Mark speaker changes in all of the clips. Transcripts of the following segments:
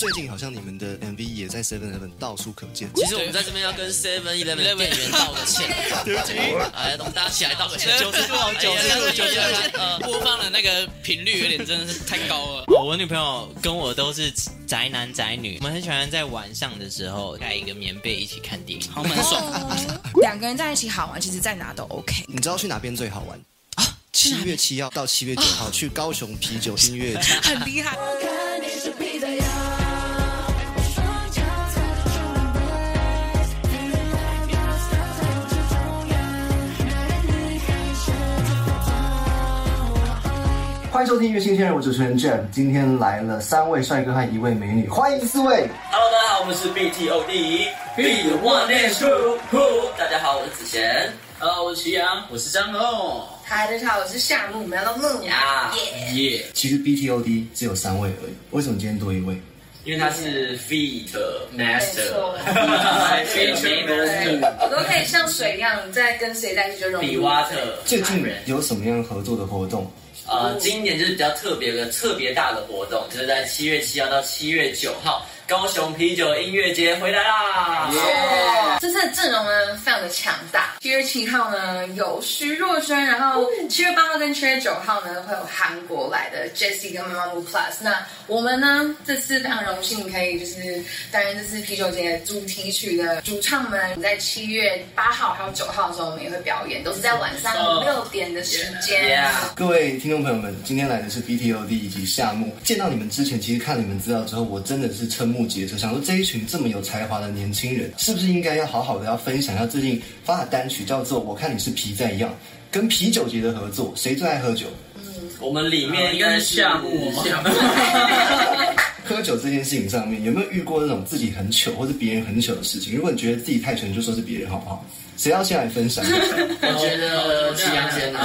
Speaker 1: 最近好像你们的 MV 也在 Seven Eleven 到处可见。
Speaker 2: 其实我们在这边要跟 Seven Eleven 店员道个歉，
Speaker 1: 对不起，
Speaker 2: 哎，我们大家起来道个歉。
Speaker 3: 九 十度好九十度九十度，
Speaker 2: 呃，
Speaker 3: 播放的那个频率有点真的是太高了。
Speaker 4: 哦，我女朋友跟我都是宅男宅女，我们很喜欢在晚上的时候盖一个棉被一起看电影。
Speaker 3: 好蛮爽的，
Speaker 5: 两个人在一起好玩，其实在哪都 OK。
Speaker 1: 你知道去哪边最好玩？七月七号到七月九号去高雄啤酒音乐节，
Speaker 5: 很厉害。
Speaker 6: 看你是闭着眼，双脚踩着重量，Feel like you're stuck 在宇宙中央，那个女孩是怎么
Speaker 1: 欢迎收听《乐新鲜人》，我主持人 Jam，今天来了三位帅哥和一位美女，欢迎四位。
Speaker 2: Hello，大家好，我们是 BTO 第一 B One a n Two Who。大家好，我是子贤。Hello，我是徐阳，我是张龙。
Speaker 5: 嗨，大家好，我是夏木，我们要到木
Speaker 2: 呀耶，
Speaker 1: 其实 BTOD 只有三位而已，为什么今天多一位？
Speaker 2: 因为他是 Feet
Speaker 5: 没
Speaker 2: Master
Speaker 5: 错
Speaker 2: Feet Master
Speaker 5: 我都可以像水一样，在跟谁在一起就容
Speaker 2: 比瓦特。
Speaker 1: 最近有什么样合作的活动？
Speaker 2: 呃，今年就是比较特别的、特别大的活动，就是在七月七号到七月九号，高雄啤酒音乐节回来啦！
Speaker 5: 这次的阵容呢非常的强大。七月七号呢有徐若瑄，然后七月八号跟七月九号呢会有韩国来的 Jessie 跟 Mamu Plus。那我们呢这次非常荣幸可以就是担任这次啤酒节主题曲的主唱们，在七月八号还有九号的时候，我们也会表演，都是在晚上五六点的时间。
Speaker 2: Yeah
Speaker 1: 各位听众朋友们，今天来的是 BTOD 以及夏木。见到你们之前，其实看你们资料之后，我真的是瞠目结舌，想说这一群这么有才华的年轻人，是不是应该要好好的要分享一下最近发的单曲，叫做《我看你是皮在一样》，跟啤酒节的合作，谁最爱喝酒？
Speaker 2: 我们里面应该是
Speaker 3: 应该是夏目吧
Speaker 2: 夏 目
Speaker 1: 喝酒这件事情上面，有没有遇过那种自己很糗或者别人很糗的事情？如果你觉得自己太糗，你就说是别人好不好？谁要先来分享？
Speaker 3: 我觉得
Speaker 2: 我这样先啊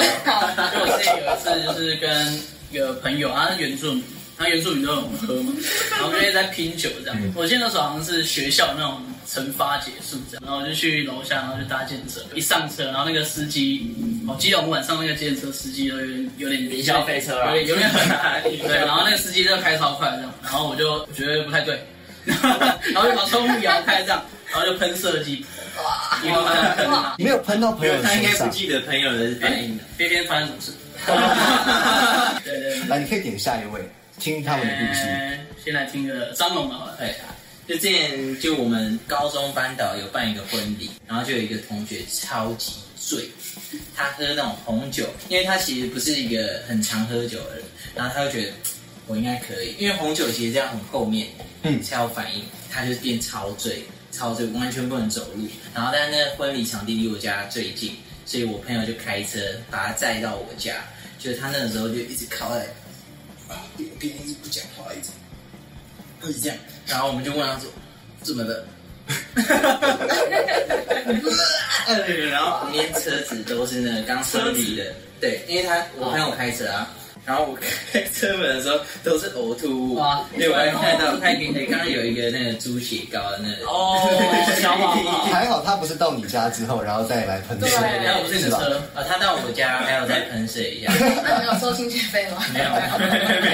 Speaker 3: 就我之前有一次就是跟一个朋友，他是原住民，他原住民都很喝嘛，然后就一直在拼酒这样。我记得那时候好像是学校那种惩罚结束这样，然后我就去楼下，然后就搭建车，一上车，然后那个司机，哦，记得我们晚上那个建车司机都有点有点
Speaker 2: 云霄飞车啊
Speaker 3: 有点有点很难，对，然后那个司机就开超快这样，然后我就我觉得不太对，然后就把窗户摇开这样，然后就喷射击，哇，一路喷喷。
Speaker 1: 你没有喷到朋友的
Speaker 2: 他应
Speaker 1: 身
Speaker 2: 该不
Speaker 1: 上。
Speaker 2: 记得朋友的反应的。
Speaker 3: 别别发生什么事？对对对，
Speaker 1: 来，你可以点下一位，听他们的故事。
Speaker 3: 呃先来听个张龙的好了。
Speaker 7: 对啊，就之前就我们高中班导有办一个婚礼，然后就有一个同学超级醉，他喝那种红酒，因为他其实不是一个很常喝酒的人，然后他就觉得我应该可以，因为红酒其实这样很后面，
Speaker 1: 嗯
Speaker 7: 才有反应，他就变超醉，超醉完全不能走路，然后但是那个婚礼场地离我家最近，所以我朋友就开车把他载到我家，就是他那个时候就一直靠在啊边边一直不讲话，一直一直这样，然后我们就问他说怎么了。然后旁边车子都是那个刚分离的， 对，因为他我朋友开车啊，然后我开车门的时候都是呕吐物
Speaker 3: 哇，
Speaker 7: 因为我还看到他给 刚刚有一个那个猪血糕的那个，
Speaker 3: 哦，小宝 宝，
Speaker 1: 还好他不是到你家之后，然后再来喷射，
Speaker 5: 对
Speaker 7: 然后我们
Speaker 1: 是
Speaker 7: 这个
Speaker 1: 吧？
Speaker 7: 车啊，他到我家还有再喷水一下，
Speaker 5: 那你有收清洁费吗？
Speaker 7: 没有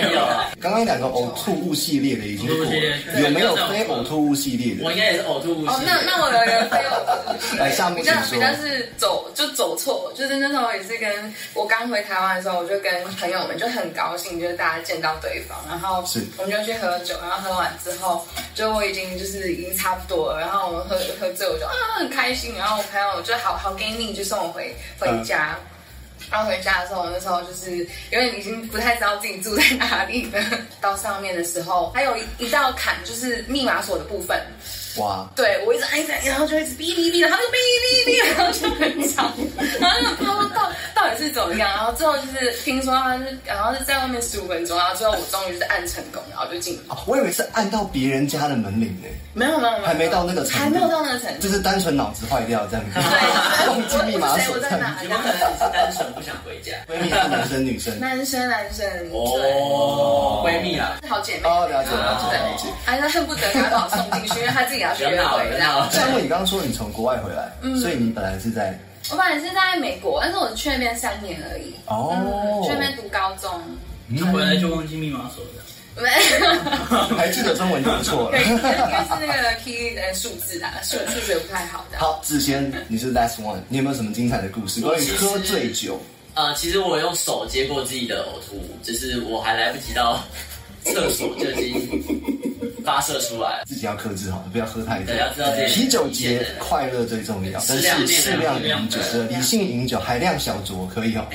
Speaker 7: 没有，啊
Speaker 1: 刚刚两个呕吐物系列的已经过
Speaker 3: 呕吐物系列
Speaker 1: 了，
Speaker 3: 对
Speaker 1: 有没有非呕吐物系列
Speaker 7: 啊
Speaker 3: 我
Speaker 1: 的？
Speaker 3: 应该也是呕吐不
Speaker 5: 哦，
Speaker 3: 行。
Speaker 5: 那那我有一个非有趣
Speaker 1: 来夏木
Speaker 5: 比较
Speaker 1: 请说
Speaker 5: 比较是走就走错，就是那时候也是跟我刚回台湾的时候，我就跟朋友们就很高兴，就是大家见到对方，然后
Speaker 1: 是
Speaker 5: 我们就去喝酒，然后喝完之后，就我已经就是已经差不多了，然后我们喝喝醉，我就啊很开心，然后我朋友就好好给你就送我回回家。然后回家的时候，我那时候就是有点已经不太知道自己住在哪里了。到上面的时候，还有一一道坎，就是密码锁的部分。
Speaker 1: 哇，
Speaker 5: 对我一直按按，然后就一直哔哔哔，然后就哔哔哔，然后就很吵，然后就不知道到到底是怎么样，然后最后就是听说他是，然后是在外面十五分钟，然后最后我终于就是按成功，然后就进，
Speaker 1: 啊我以为是按到别人家的门铃呢，
Speaker 5: 没有没有没有，
Speaker 1: 还没到那个程度
Speaker 5: 还没有到那个程
Speaker 1: 就
Speaker 5: 度，
Speaker 1: 是单纯脑子坏掉这样子，
Speaker 5: 对，
Speaker 1: 忘记密码锁
Speaker 5: 我
Speaker 1: 这
Speaker 5: 在
Speaker 1: 样
Speaker 5: 哪
Speaker 1: 子。
Speaker 5: 里
Speaker 2: 有没有可能你是单纯不想回家？
Speaker 1: 闺蜜是男生女生？
Speaker 5: 男生男生，
Speaker 2: 哦，闺蜜啦，
Speaker 5: 对，好姐妹，
Speaker 1: 哦，了解了解了解。
Speaker 5: 哎，他恨不得赶快把我送进去，因为他自己要去约 会，这样。
Speaker 1: 像我你刚刚说你从国外回来，所以你本来是在
Speaker 5: 我本来是在美国，但是我去那边三年而已，
Speaker 1: 哦
Speaker 5: 嗯去那边读高中。
Speaker 3: 那回来就忘记密码锁了。
Speaker 5: 没有，
Speaker 1: 还记得中文就不错
Speaker 5: 对，应该
Speaker 1: 了。
Speaker 5: 是那个 key 呃数字的，数数学不太好的。
Speaker 1: 好，志先，你是 last one，你有没有什么精彩的故事关于喝醉酒？
Speaker 3: 呃，其实我用手接过自己的呕吐物，就是我还来不及 到厕所就已经发射出来了。
Speaker 1: 自己要克制好，不要喝太多
Speaker 3: 对要知道自。己
Speaker 1: 啤酒节快乐最重要，但是适量饮酒，呃理性饮酒，海量小酌可以哦。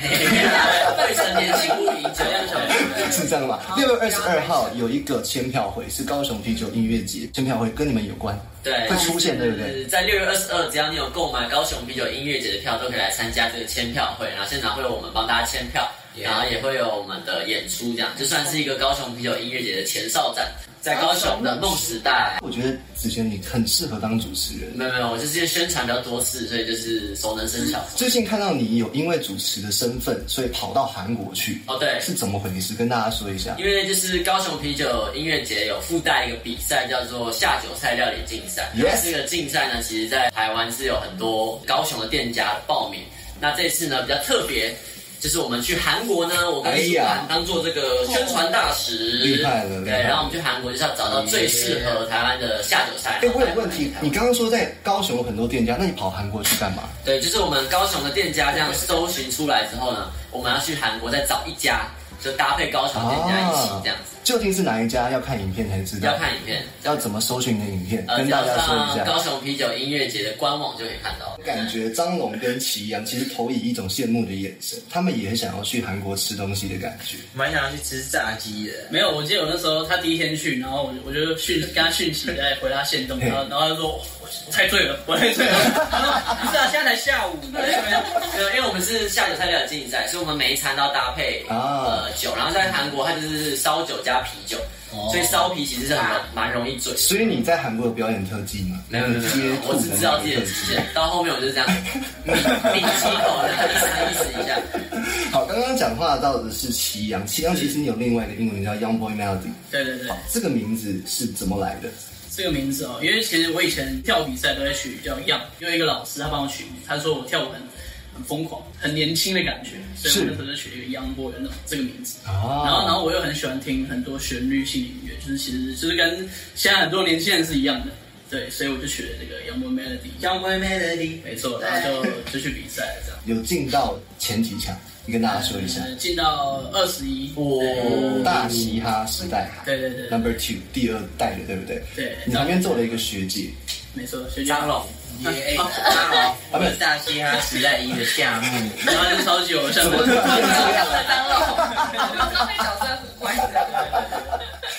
Speaker 3: 未成年请勿饮酒，
Speaker 8: 样小
Speaker 1: 是这样吧？六月二十二号有一个签票会，是高雄啤酒音乐节签票会，跟你们有关，
Speaker 3: 对，
Speaker 1: 会出现对不对？
Speaker 3: 是在六月二十二，只要你有购买高雄啤酒音乐节的票，都可以来参加这个签票会。然后现场会有我们帮大家签票
Speaker 7: Yeah
Speaker 3: 然后也会有我们的演出，这样就算是一个高雄啤酒音乐节的前哨站，在高雄的梦时代。
Speaker 1: 我觉得子轩你很适合当主持人。
Speaker 3: 没有没有，我就是宣传比较多次，所以就是熟能生巧。
Speaker 1: 最近看到你有因为主持的身份，所以跑到韩国去，
Speaker 3: 哦，对，
Speaker 1: 是怎么回事？跟大家说一下。
Speaker 3: 因为就是高雄啤酒音乐节有附带一个比赛，叫做下酒菜料理竞赛。
Speaker 1: Yes
Speaker 3: 这个竞赛呢，其实在台湾是有很多高雄的店家报名。那这次呢比较特别，就是我们去韩国呢，我跟
Speaker 1: 哎
Speaker 3: 舒
Speaker 1: 呀
Speaker 3: 涵当做这个宣传大使，
Speaker 1: 厉害了厉
Speaker 3: 对，
Speaker 1: 害了
Speaker 3: 然后我们去韩国就是要找到最适合台湾的下酒菜。
Speaker 1: 哎，我有问题，你刚刚说在高雄有很多店家，那你跑韩国去干嘛？
Speaker 3: 对，就是我们高雄的店家这样搜寻出来之后呢，我们要去韩国再找一家，就搭配高雄店哦家一起这样子。
Speaker 1: 啊究竟是哪一家？要看影片才知道
Speaker 3: 要。看影片。
Speaker 1: 要怎么搜寻你的影片？
Speaker 3: 呃，
Speaker 1: 跟
Speaker 3: 只
Speaker 1: 大
Speaker 3: 要
Speaker 1: 家说一
Speaker 3: 上
Speaker 1: 下
Speaker 3: 高。雄啤酒音乐节的官网就可以看到。
Speaker 1: 感觉张龙跟祁阳其实投以一种羡慕的眼神，他们也很想要去韩国吃东西的感觉。
Speaker 7: 蛮想要去吃炸鸡的。
Speaker 8: 没有，我记得我那时候他第一天去，然后我就我就讯跟他讯息，再回他线动，然后然后他说我我猜对了， 我猜对了，然后不是啊， 现在才下午，
Speaker 3: 对，因为我们是下酒菜料理竞赛，所以我们每一餐都要搭配
Speaker 1: 啊
Speaker 3: 呃酒。然后在韩国，它就是烧酒加啤酒，
Speaker 7: 哦
Speaker 3: 所以烧啤其实是很容蛮容易醉。
Speaker 1: 所以你在韩国有表演特技吗？
Speaker 3: 没有没有没有没有，我只知道自己的极限。到后面我就是这样，抿抿几口，然后意思意思一下。
Speaker 1: 好，刚刚讲话到的是祁阳，祁阳其实你有另外一个英文叫 Young Boy Melody，
Speaker 8: 对对对，
Speaker 1: 这个名字是怎么来的？
Speaker 8: 这个名字哦，因为其实我以前跳比赛都会取叫样，因为一个老师他帮我取，他说我跳舞很很疯狂，很年轻的感觉，所以我那时候就取一个 Young Boy 那种这个名字。
Speaker 1: 啊
Speaker 8: 然后，然后我又很喜欢听很多旋律性音乐，就是其实就是跟现在很多年轻人是一样的，对，所以我就取了这个 Young Boy Melody，
Speaker 7: 阳光 melody，
Speaker 8: 没错，然后就就去比赛了这样。
Speaker 1: 有进到前几强，你跟大家说一下。
Speaker 8: 呃进到二十一，
Speaker 1: 大嘻哈时代
Speaker 8: 对对对
Speaker 1: ，Number Two 第二代的，对不对？
Speaker 8: 对
Speaker 1: 你旁边做了一个学姐，
Speaker 8: 没错，学姐
Speaker 3: 张龙，
Speaker 7: 耶！啊我们大嘻哈时代一的夏目，
Speaker 8: 然后就超级偶像，
Speaker 5: 当龙， 都被角色互关的。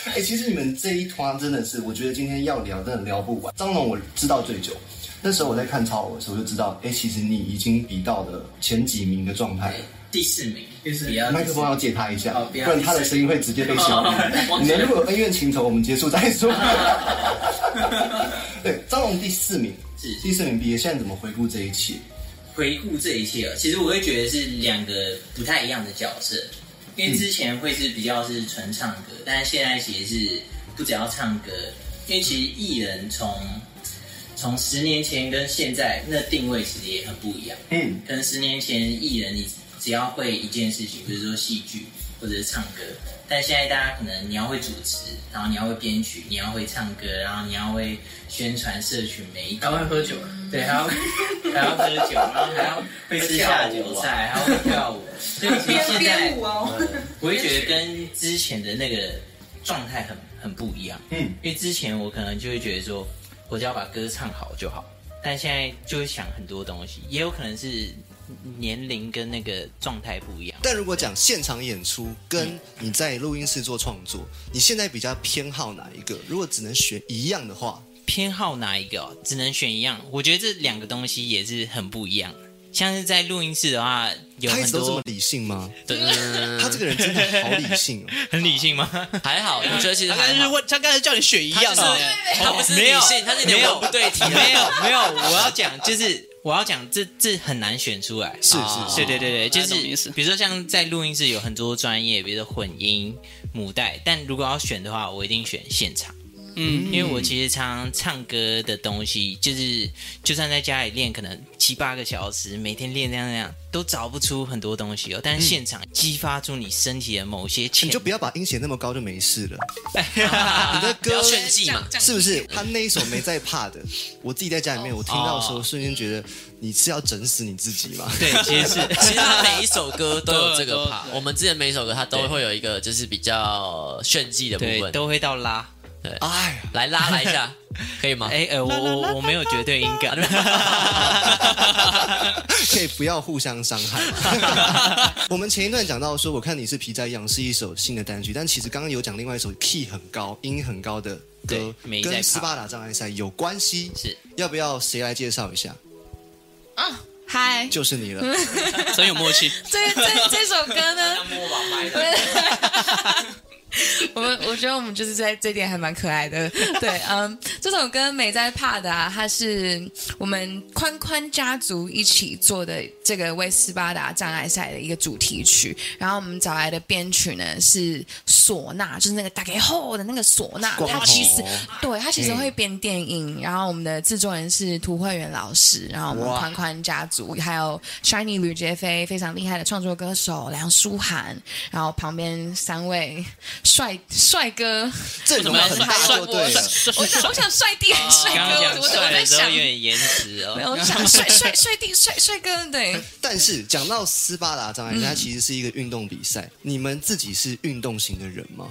Speaker 1: 哎、其实你们这一团真的是，我觉得今天要聊真的聊不完。张龙我知道最久，那时候我在看超我的时候就知道，哎、其实你已经比到了前几名的状态。
Speaker 7: 第四名，
Speaker 8: 就是
Speaker 7: 不要
Speaker 1: 麦克风要借他一下，
Speaker 7: 哦
Speaker 1: 不
Speaker 7: 不要
Speaker 1: 然他的声音会直接被消灭。
Speaker 8: 哦忘
Speaker 1: 你
Speaker 8: 记了
Speaker 1: 们如果有恩怨情仇，我们结束再 说。对，张龙第四名，
Speaker 7: 是
Speaker 1: 第四名毕业，现在怎么回顾这一切？
Speaker 7: 回顾这一切哦，其实我会觉得是两个不太一样的角色，因为之前会是比较是纯唱歌，但是现在其实是不只要唱歌，因为其实艺人从从十年前跟现在那定位其实也很不一样。
Speaker 1: 嗯，
Speaker 7: 可能十年前艺人你只要会一件事情，比如说戏剧或者是唱歌，但现在大家可能你要会主持，然后你要会编曲，你要会唱歌，然后你要会宣传社群媒体，
Speaker 8: 然后会喝酒，
Speaker 7: 对，还要还要喝酒，然后还要会吃下啊酒菜，还要会跳舞，所以其实 现在
Speaker 5: 编编舞哦，
Speaker 7: 我会觉得跟之前的那个状态很很不一样。
Speaker 1: 嗯，
Speaker 7: 因为之前我可能就会觉得说，我只要把歌唱好就好，但现在就会想很多东西，也有可能是年龄跟那个状态不一样。
Speaker 9: 但如果讲现场演出
Speaker 10: 嗯
Speaker 9: 跟你在录音室做创作，你现在比较偏好哪一个？如果只能选一样的话，
Speaker 10: 偏好哪一个、哦，只能选一样。我觉得这两个东西也是很不一样的。像是在录音室的话，有
Speaker 9: 他一
Speaker 10: 很
Speaker 9: 直都这么
Speaker 10: 多
Speaker 9: 理性吗？
Speaker 10: 对
Speaker 9: 他这个人真的好理 性哦。
Speaker 10: 很理性吗？还好，我觉得其实
Speaker 11: 他
Speaker 10: 还
Speaker 11: 刚才
Speaker 10: 好。
Speaker 11: 问，他刚才叫你选一
Speaker 10: 他
Speaker 11: 样
Speaker 10: 就是
Speaker 11: 的，
Speaker 7: 哦
Speaker 10: 他不是
Speaker 11: 没
Speaker 10: 理
Speaker 11: 有
Speaker 10: 性，他是有
Speaker 11: 没
Speaker 10: 点
Speaker 11: 有
Speaker 10: 文不对题。
Speaker 11: 没有没有，我要讲就是我要讲这这很难选出来。
Speaker 9: 是
Speaker 10: 哦
Speaker 9: 是
Speaker 10: 对对
Speaker 9: 是，
Speaker 10: 对对，就
Speaker 11: 大家懂意
Speaker 10: 是
Speaker 11: 思
Speaker 10: 比如说像在录音室有很多专业，比如说混音、母带，但如果要选的话，我一定选现场。
Speaker 7: 嗯，因为我其实常常唱歌的东西，就是就算在家里练，可能七八个小时，每天练那样那样，都找不出很多东西哦。但是现场激发出你身体的某些潜
Speaker 1: 你就不要把音写那么高就没事了。
Speaker 10: 啊
Speaker 7: 能，
Speaker 1: 你的
Speaker 12: 不
Speaker 1: 歌
Speaker 12: 要炫技嘛，
Speaker 1: 是不是？他那一首没在怕的，我自己在家
Speaker 10: 哦
Speaker 1: 里面，我听到的时候，瞬间觉得你是要整死你自己吗？
Speaker 7: 对，其 实是
Speaker 12: 其实他每一首歌都有
Speaker 3: 都
Speaker 12: 这个
Speaker 3: 有
Speaker 12: 怕
Speaker 3: 都，有
Speaker 12: 我们之前每一首歌它都会有一个就是比较炫技的部
Speaker 7: 对，
Speaker 12: 分，
Speaker 7: 都会到拉。
Speaker 1: 哎呀，
Speaker 12: 来拉来一下，可以吗？
Speaker 7: 哎呃，我我我没有绝对音 感。
Speaker 1: 可以不要互相伤害吗。 我们前一段讲到说，我看你是皮在痒是一首新的单曲，但其实刚刚有讲另外一首 key 很高、音很高的歌
Speaker 7: 对，没在
Speaker 1: 跟
Speaker 7: 怕
Speaker 1: 斯巴达障碍赛有关系。
Speaker 7: 是，
Speaker 1: 要不要谁来介绍一下？
Speaker 5: 啊，嗨，
Speaker 1: 就是你
Speaker 12: 嗯
Speaker 1: 了。
Speaker 7: 真有默契。
Speaker 5: 这这这首歌呢，
Speaker 13: 摸网麦的。
Speaker 5: 我们我觉得我们就是在这点还蛮可爱的。对，嗯，这首歌《美在怕的》啊，它是我们宽宽家族一起做的这个为斯巴达障碍赛的一个主题曲。然后我们找来的编曲呢是唢呐，就是那个打给后的那个唢呐，
Speaker 1: 光头
Speaker 5: 它其实对它其实会编电影。然后我们的制作人是涂慧媛老师，然后我们
Speaker 1: 哇
Speaker 5: 宽宽家族还有 Shiny 吕杰飞非常厉害的创作歌手梁舒涵，然后旁边三位。帅帅哥，
Speaker 1: 阵容很大就
Speaker 7: 啊
Speaker 1: 对了。
Speaker 5: 我想我想帅弟还是帅
Speaker 7: 刚
Speaker 5: 哥，
Speaker 7: 刚讲
Speaker 5: 我我我
Speaker 7: 帅
Speaker 5: 在
Speaker 7: 的时候
Speaker 5: 想
Speaker 7: 有，点延迟哦。
Speaker 5: 没有，我想帅帅帅弟帅帅哥，对，
Speaker 1: 但是讲到斯巴达障碍，它其实是一个运动比赛。你们自己是运动型的人
Speaker 12: 嗯
Speaker 1: 吗？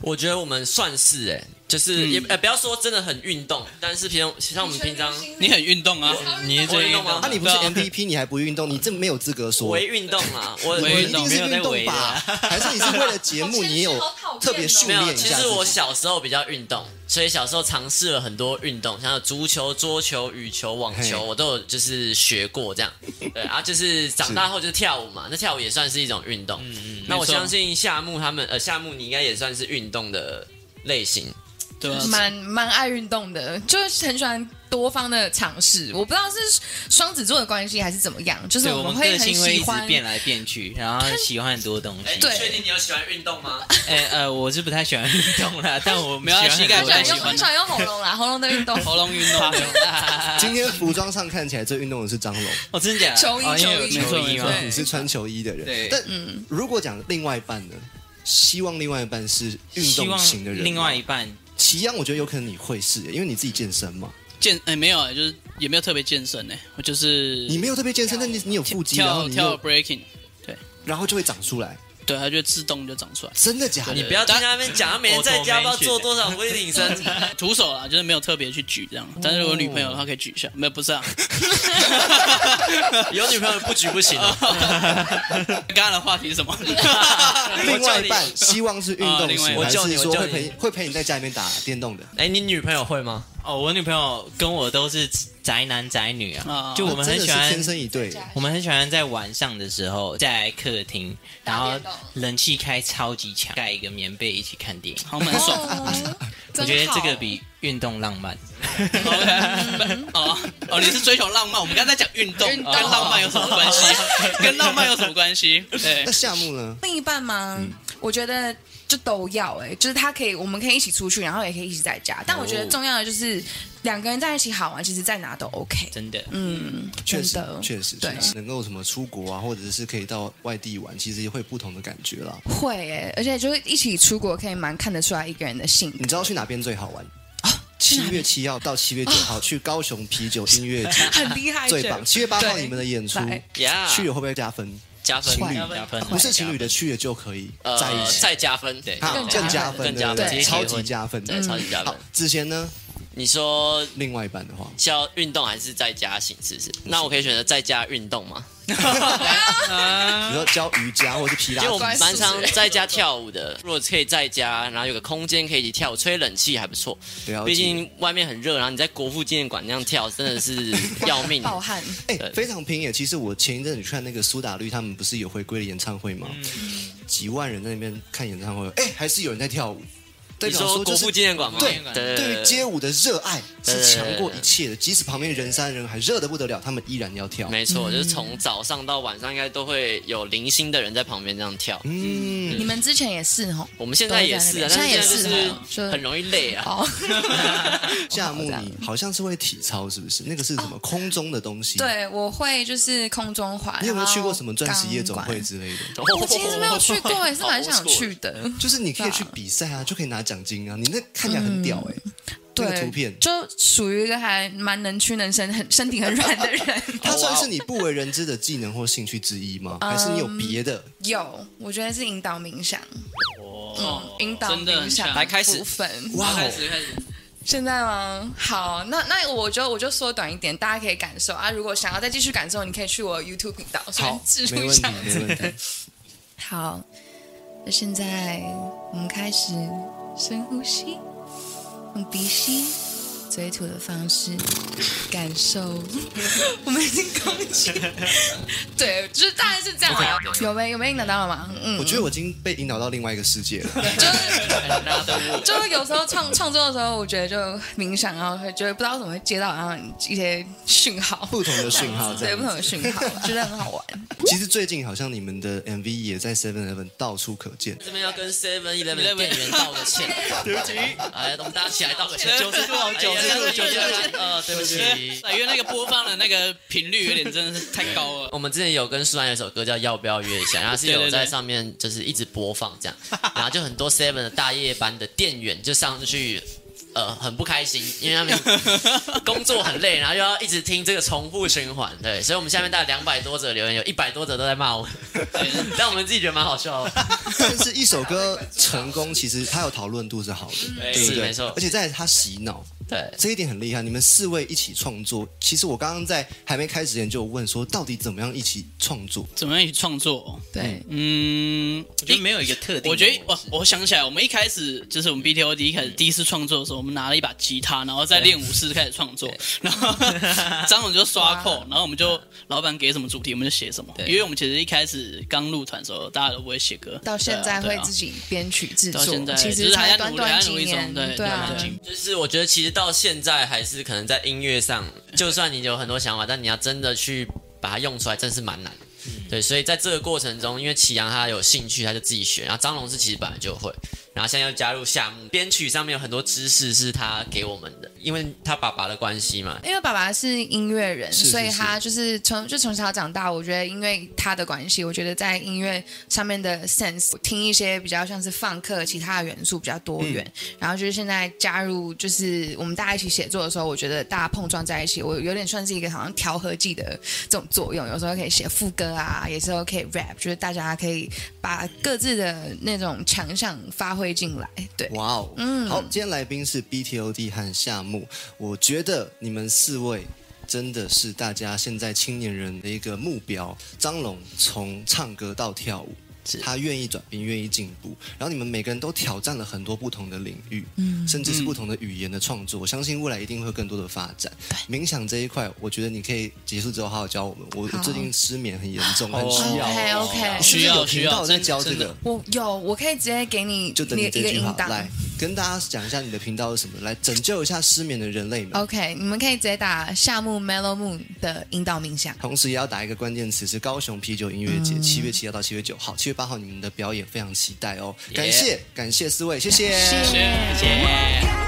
Speaker 12: 我觉得我们算是哎、
Speaker 1: 嗯
Speaker 12: 就是也、呃不要说真的很运动，但是平常像我们平常
Speaker 7: 你很运动啊，你是最运动
Speaker 12: 我运动吗
Speaker 1: 啊，你不是 MVP，你还不运动，你这没有资格说。
Speaker 12: 为运动啊，我
Speaker 1: 你
Speaker 7: 微
Speaker 1: 一定是运动吧？还是你是为了节目，你有特别训
Speaker 12: 没有，
Speaker 1: 练一
Speaker 12: 其
Speaker 1: 下自
Speaker 12: 实
Speaker 1: 己？
Speaker 12: 我小时候比较运动，所以小时候尝试了很多运动，像有足球、桌球、羽球、网球，
Speaker 1: 嘿
Speaker 12: 我都有就是学过这样。对啊，就是长大后就是跳舞嘛，那跳舞也算是一种运
Speaker 1: 嗯
Speaker 12: 动。那我
Speaker 7: 没错
Speaker 12: 相信夏木他们，呃，夏木你应该也算是运动的类型。
Speaker 7: 对啊
Speaker 5: 蛮蛮爱运动的，就是很喜欢多方的尝试。我不知道是双子座的关系还是怎么样，就是
Speaker 7: 对，
Speaker 5: 我
Speaker 7: 我
Speaker 5: 们
Speaker 7: 们
Speaker 5: 会
Speaker 7: 个
Speaker 5: 很
Speaker 7: 性会
Speaker 5: 喜
Speaker 7: 一直
Speaker 5: 欢。
Speaker 7: 变来变去，然后喜欢很多东西。
Speaker 5: 对
Speaker 12: 确定你有喜欢运动吗？
Speaker 7: 哎呃，我是不太喜欢运动 啦，但我没有
Speaker 5: 他
Speaker 7: 膝
Speaker 5: 喜
Speaker 7: 盖
Speaker 5: 欢
Speaker 7: 不太
Speaker 5: 用
Speaker 7: 喜
Speaker 5: 很
Speaker 7: 欢
Speaker 5: 喜。欢用喉咙啦，喉咙的运动，
Speaker 7: 喉咙运动，
Speaker 1: 今天服装上看起来最运动的是张龙，
Speaker 7: 哦，真的假的？
Speaker 5: 球衣
Speaker 7: 哦因为有
Speaker 5: 球 衣
Speaker 7: 球衣吗？
Speaker 5: 对
Speaker 1: 你是穿球衣的人。
Speaker 7: 哎对
Speaker 1: 但如果讲另外一半呢？希望另外一半是运
Speaker 7: 希
Speaker 1: 动
Speaker 7: 望
Speaker 1: 型的人吗。
Speaker 7: 另外一半
Speaker 1: 齐央，我觉得有可能你会是，因为你自己健身嘛，
Speaker 3: 健哎、没有啊，就是也没有特别健身哎、我就是
Speaker 1: 你没有特别健身，但你你有腹肌，然后
Speaker 3: 跳
Speaker 1: 你
Speaker 3: 跳
Speaker 1: 又
Speaker 3: breaking，
Speaker 1: 然后就会长出来，
Speaker 3: 对，它就自动就长出来。
Speaker 1: 真的假的？
Speaker 12: 你不 要听他那边讲，他每天在家不知道做多 少微挺身。
Speaker 3: 徒手啦，就是没有特别去举这样。但是我女朋友她可以举一下，没有不是啊。
Speaker 12: 有女朋友不举不行哦。
Speaker 7: 啊
Speaker 3: 刚刚的话题是什么？
Speaker 1: 另外一半希望是运
Speaker 3: 啊
Speaker 1: 动
Speaker 3: 另外
Speaker 1: 型，
Speaker 3: 一半
Speaker 1: 还
Speaker 12: 我救
Speaker 1: 是
Speaker 12: 你
Speaker 1: 说
Speaker 12: 我救
Speaker 1: 会
Speaker 12: 你
Speaker 1: 陪会陪你在家里面打电动的？
Speaker 12: 哎，你女朋友会吗？
Speaker 7: 哦，我女朋友跟我都是宅男宅女啊
Speaker 3: 啊，
Speaker 7: 就我们很
Speaker 1: 真的
Speaker 7: 喜
Speaker 1: 是
Speaker 7: 欢
Speaker 1: 天生一对，
Speaker 7: 我们很喜欢在晚上的时候在客厅，然后冷气开超级强，盖一个棉被一起看电影。
Speaker 3: 好蛮爽。
Speaker 5: 哦
Speaker 7: 我
Speaker 5: 真
Speaker 7: 觉得这个
Speaker 5: 好
Speaker 7: 比运动浪漫。
Speaker 3: OK，哦哦，你是追求浪漫，我们刚才在讲运动，
Speaker 5: 运动
Speaker 3: 跟浪漫有什么关系？跟浪漫有什么关系？对
Speaker 1: 那，夏木呢？
Speaker 5: 另一半吗？
Speaker 1: 嗯
Speaker 5: 我觉得就都要哎、就是他可以，我们可以一起出去，然后也可以一起在家。但我觉
Speaker 1: 哦
Speaker 5: 得重要的就是两个人在一起好玩，其实在哪都 OK。
Speaker 7: 真的，
Speaker 5: 嗯，
Speaker 1: 确实
Speaker 5: 真的，
Speaker 1: 确实，
Speaker 5: 对
Speaker 1: 确，实能够什么出国啊，或者是可以到外地玩，其实也会有不同的感觉啦。
Speaker 5: 会哎、而且就是一起出国，可以蛮看得出来一个人的性
Speaker 1: 你
Speaker 5: 格。
Speaker 1: 知道去哪边最好玩？七月七号到七月九号去高雄啤酒音乐 节
Speaker 5: 很厉害，
Speaker 1: 最
Speaker 5: 觉得
Speaker 1: 棒。七月八号
Speaker 5: 对
Speaker 1: 你们的演出，
Speaker 5: 来
Speaker 12: 呀，
Speaker 1: 去友会不会加分？
Speaker 12: 加分，
Speaker 1: 情侣
Speaker 7: 加分
Speaker 1: 不是情侣的去友就可以
Speaker 12: 呃
Speaker 1: 在一起，
Speaker 12: 再加分，对
Speaker 1: 啊
Speaker 5: 更
Speaker 1: 更加
Speaker 5: 加
Speaker 1: 分，
Speaker 12: 更
Speaker 1: 对
Speaker 12: 加
Speaker 1: 不
Speaker 12: 分
Speaker 1: 对，
Speaker 12: 直接结
Speaker 1: 超
Speaker 12: 婚
Speaker 1: 级加分。
Speaker 12: 对，超级加分
Speaker 1: 好。，之前呢，
Speaker 12: 你说
Speaker 1: 另外一半的话，
Speaker 12: 叫运动还是在家型，是不是？那我可以选择在家运动吗？
Speaker 1: 比如说教瑜伽或是 皮拉
Speaker 12: 因为我
Speaker 1: 提，
Speaker 12: 们蛮常在家跳舞的，如果可以在家，然后有个空间可以一起跳舞，吹冷气还不错。
Speaker 1: 了解
Speaker 12: 毕竟外面很热，然后你在国父纪念馆那样跳，真的是要 命。
Speaker 5: 暴汗，
Speaker 1: 哎、非常拼耶！其实我前一阵子去看那个苏打绿，他们不是有回归的演唱会吗？几万人在那边看演唱会，哎、还是有人在跳舞，代
Speaker 12: 你
Speaker 1: 表说
Speaker 12: 说
Speaker 1: 就
Speaker 12: 国
Speaker 1: 是
Speaker 12: 父纪念馆吗？
Speaker 1: 对
Speaker 12: 对
Speaker 1: 对于街舞的热爱
Speaker 12: 对
Speaker 1: 是
Speaker 12: 对
Speaker 1: 强过一切的，即使旁边人山人海，热得不得了，他们依然要跳。
Speaker 12: 没错，就是从早上到晚上，应该都会有零星的人在旁边这样跳。
Speaker 1: 嗯，
Speaker 5: 你们之前也是 吼，
Speaker 12: 我们现在也是啊，
Speaker 5: 都在
Speaker 12: 但
Speaker 5: 那
Speaker 12: 是
Speaker 5: 边
Speaker 12: 现在
Speaker 5: 现在也是
Speaker 12: 就
Speaker 5: 啊就是
Speaker 12: 是很容易累啊。
Speaker 5: 哦，
Speaker 1: 夏木
Speaker 5: 这样
Speaker 1: 你好像是会体操，是不是？那个是什么空中的东西？。
Speaker 5: 对，我会就是空中滑。
Speaker 1: 你有没有
Speaker 5: 然后
Speaker 1: 去过什么钻石夜总
Speaker 5: 钢
Speaker 1: 会
Speaker 5: 管？
Speaker 1: 之类的？
Speaker 5: 我其实没有去过，也是蛮
Speaker 12: 好
Speaker 5: 想
Speaker 12: 不错
Speaker 5: 去的。
Speaker 1: 就是你可以去比赛啊，就可以拿奖金啊。你那看起来很屌哎、那个
Speaker 5: 对，
Speaker 1: 图片，
Speaker 5: 就属于一个还蛮能屈能伸、很身体很 软的人。
Speaker 1: 它算是你不为人知的技能或兴趣之一吗？还是你有别的？
Speaker 5: 有，我觉得是引导冥想，嗯，引导
Speaker 3: 哦真的
Speaker 5: 冥
Speaker 3: 很
Speaker 5: 想
Speaker 3: 强
Speaker 12: 来开始
Speaker 5: 部分。
Speaker 1: 哇
Speaker 3: 开
Speaker 1: 哦！
Speaker 3: 始开始，
Speaker 5: 现在吗？好，那那我就我就缩短一点，大家可以感受啊。如果想要再继续感受，你可以去我 YouTube 频道，虽然
Speaker 1: 好
Speaker 5: 自，
Speaker 1: 没
Speaker 5: 助
Speaker 1: 问题
Speaker 5: 上，
Speaker 1: 没问题。
Speaker 5: 好，那现在我们开始深呼吸，用鼻吸、嘴吐的方式感受。 我们已经攻击，对，就是大概是这样啊。有没有没有拿到了吗？嗯，
Speaker 1: 我觉得我已经被引导到另外一个世界了。
Speaker 5: 就是就是有时候创创作的时候，我觉得就冥想，然后会觉得不知道怎么会接到，然后一些讯号，
Speaker 1: 不同的讯号这
Speaker 5: 对
Speaker 1: 样
Speaker 5: 不同的讯号，觉得很好玩。
Speaker 1: 其实最近好像你们的 MV 也在 Seven Eleven 到处可 见。
Speaker 12: 这边要跟 Seven Eleven 店员道个歉， 对不起。哎，我们大家起来道个歉。
Speaker 4: 九十度哦九十度九十度
Speaker 12: 呃，对不起。
Speaker 4: 因为那个播放的那个频率有点真的是太高了。
Speaker 12: 我们之前有跟舒兰有一首歌叫《要不要约一下》，然后是
Speaker 4: 对对
Speaker 12: 有
Speaker 4: 对
Speaker 12: 在上面就是一直播放这样，然后就很多 Seven 的大夜班的店员就上去。呃，很不开心，因为他们工作很累，然后又要一直听这个重复循环，对，所以我们下面大概两百多则留言，有一百多则都在骂我 们，但我们自己觉得蛮好笑的。
Speaker 1: 但是一首歌成功，其实它有讨论度是好的，对不
Speaker 12: 嗯是
Speaker 1: 对？
Speaker 12: 没错
Speaker 1: 而且在它洗脑。
Speaker 12: 对，
Speaker 1: 这一点很厉害，你们四位一起创作。其实我刚刚在还没开始前就有问说，到底怎么样一起创作？
Speaker 4: 怎么样去创作？
Speaker 5: 对，
Speaker 4: 嗯，
Speaker 7: 我觉得没有一个特定的
Speaker 4: 我
Speaker 7: 模
Speaker 4: 觉
Speaker 7: 式。
Speaker 4: 得我我想起来，我们一开始就是我们 BTOD 一开始第一次创作的时候，我们拿了一把吉他，然后在练舞室开始创作，然后张总就刷 扣，然后我们就老板给什么主题我们就写什么，因为我们其实一开始刚入团的时候，大家都不会写歌，
Speaker 5: 到现在
Speaker 4: 对啊
Speaker 5: 会自己编曲制
Speaker 4: 到现
Speaker 5: 作，
Speaker 4: 在
Speaker 5: 其
Speaker 4: 就
Speaker 5: 实
Speaker 4: 是还在
Speaker 5: 才短
Speaker 4: 努力还
Speaker 5: 短
Speaker 4: 在
Speaker 5: 几
Speaker 4: 努力中
Speaker 5: 年，
Speaker 4: 对
Speaker 5: 对啊
Speaker 4: 慢慢，进
Speaker 12: 就是我觉得其实到现在还是可能在音乐上，就算你有很多想法，但你要真的去把它用出来，真是蛮难的。
Speaker 1: 嗯
Speaker 12: 对，所以在这个过程中，因为祁阳他有兴趣，他就自己学，然后张龙是其实本来就会，然后现在又加入夏目，编曲上面有很多知识是他给我们的，因为他爸爸的关系嘛，
Speaker 5: 因为爸爸是音乐人，
Speaker 1: 是
Speaker 5: 所以他就是从就从小长大，我觉得因为他的关系，我觉得在音乐上面的 sense，我听一些比较像是放克其他的元素比较多元。
Speaker 1: 嗯
Speaker 5: 然后就是现在加入，就是我们大家一起写作的时候，我觉得大家碰撞在一起，我有点算是一个好像调和剂的这种作用。有时候可以写副歌啊，有时候可以 rap，就是大家可以把各自的那种强项发挥进来。对，
Speaker 1: 哇哦，嗯，好，今天来宾是 BTOD 和夏木，我觉得你们四位。真的是大家现在青年人的一个目标。张龙从唱歌到跳舞，他愿意转变，愿意进步。然后你们每个人都挑战了很多不同的领域，甚至是
Speaker 4: 嗯
Speaker 1: 不同的语言的创作。我相信未来一定会有更多的发展。冥想这一块，我觉得你可以结束之后好好教我们。我我
Speaker 5: 好
Speaker 1: 最近失眠很严重，很需要。
Speaker 5: OK OK，
Speaker 1: 是不
Speaker 4: 哦需
Speaker 1: 是
Speaker 4: 要
Speaker 1: 有频
Speaker 4: 需
Speaker 1: 道
Speaker 4: 要
Speaker 1: 在
Speaker 4: 真
Speaker 1: 教这
Speaker 4: 真的
Speaker 1: 个？
Speaker 5: 我有，我可以直接给你
Speaker 1: 就等你
Speaker 5: 一个
Speaker 1: 这
Speaker 5: 一个
Speaker 1: 句
Speaker 5: 引
Speaker 1: 话
Speaker 5: 导。
Speaker 1: 来跟大家讲一下你的频道是什么，来拯救一下失眠的人类们。
Speaker 5: OK，你们可以直接打夏目 Mellow Moon 的引导冥想。
Speaker 1: 同时也要打一个关键词是高雄啤酒音乐
Speaker 5: 嗯
Speaker 1: 节，七、月七号到七月九号，七月八号你们的表演非常期待哦。感谢感谢四位，谢谢
Speaker 4: 啊
Speaker 5: 谢谢
Speaker 4: 谢谢。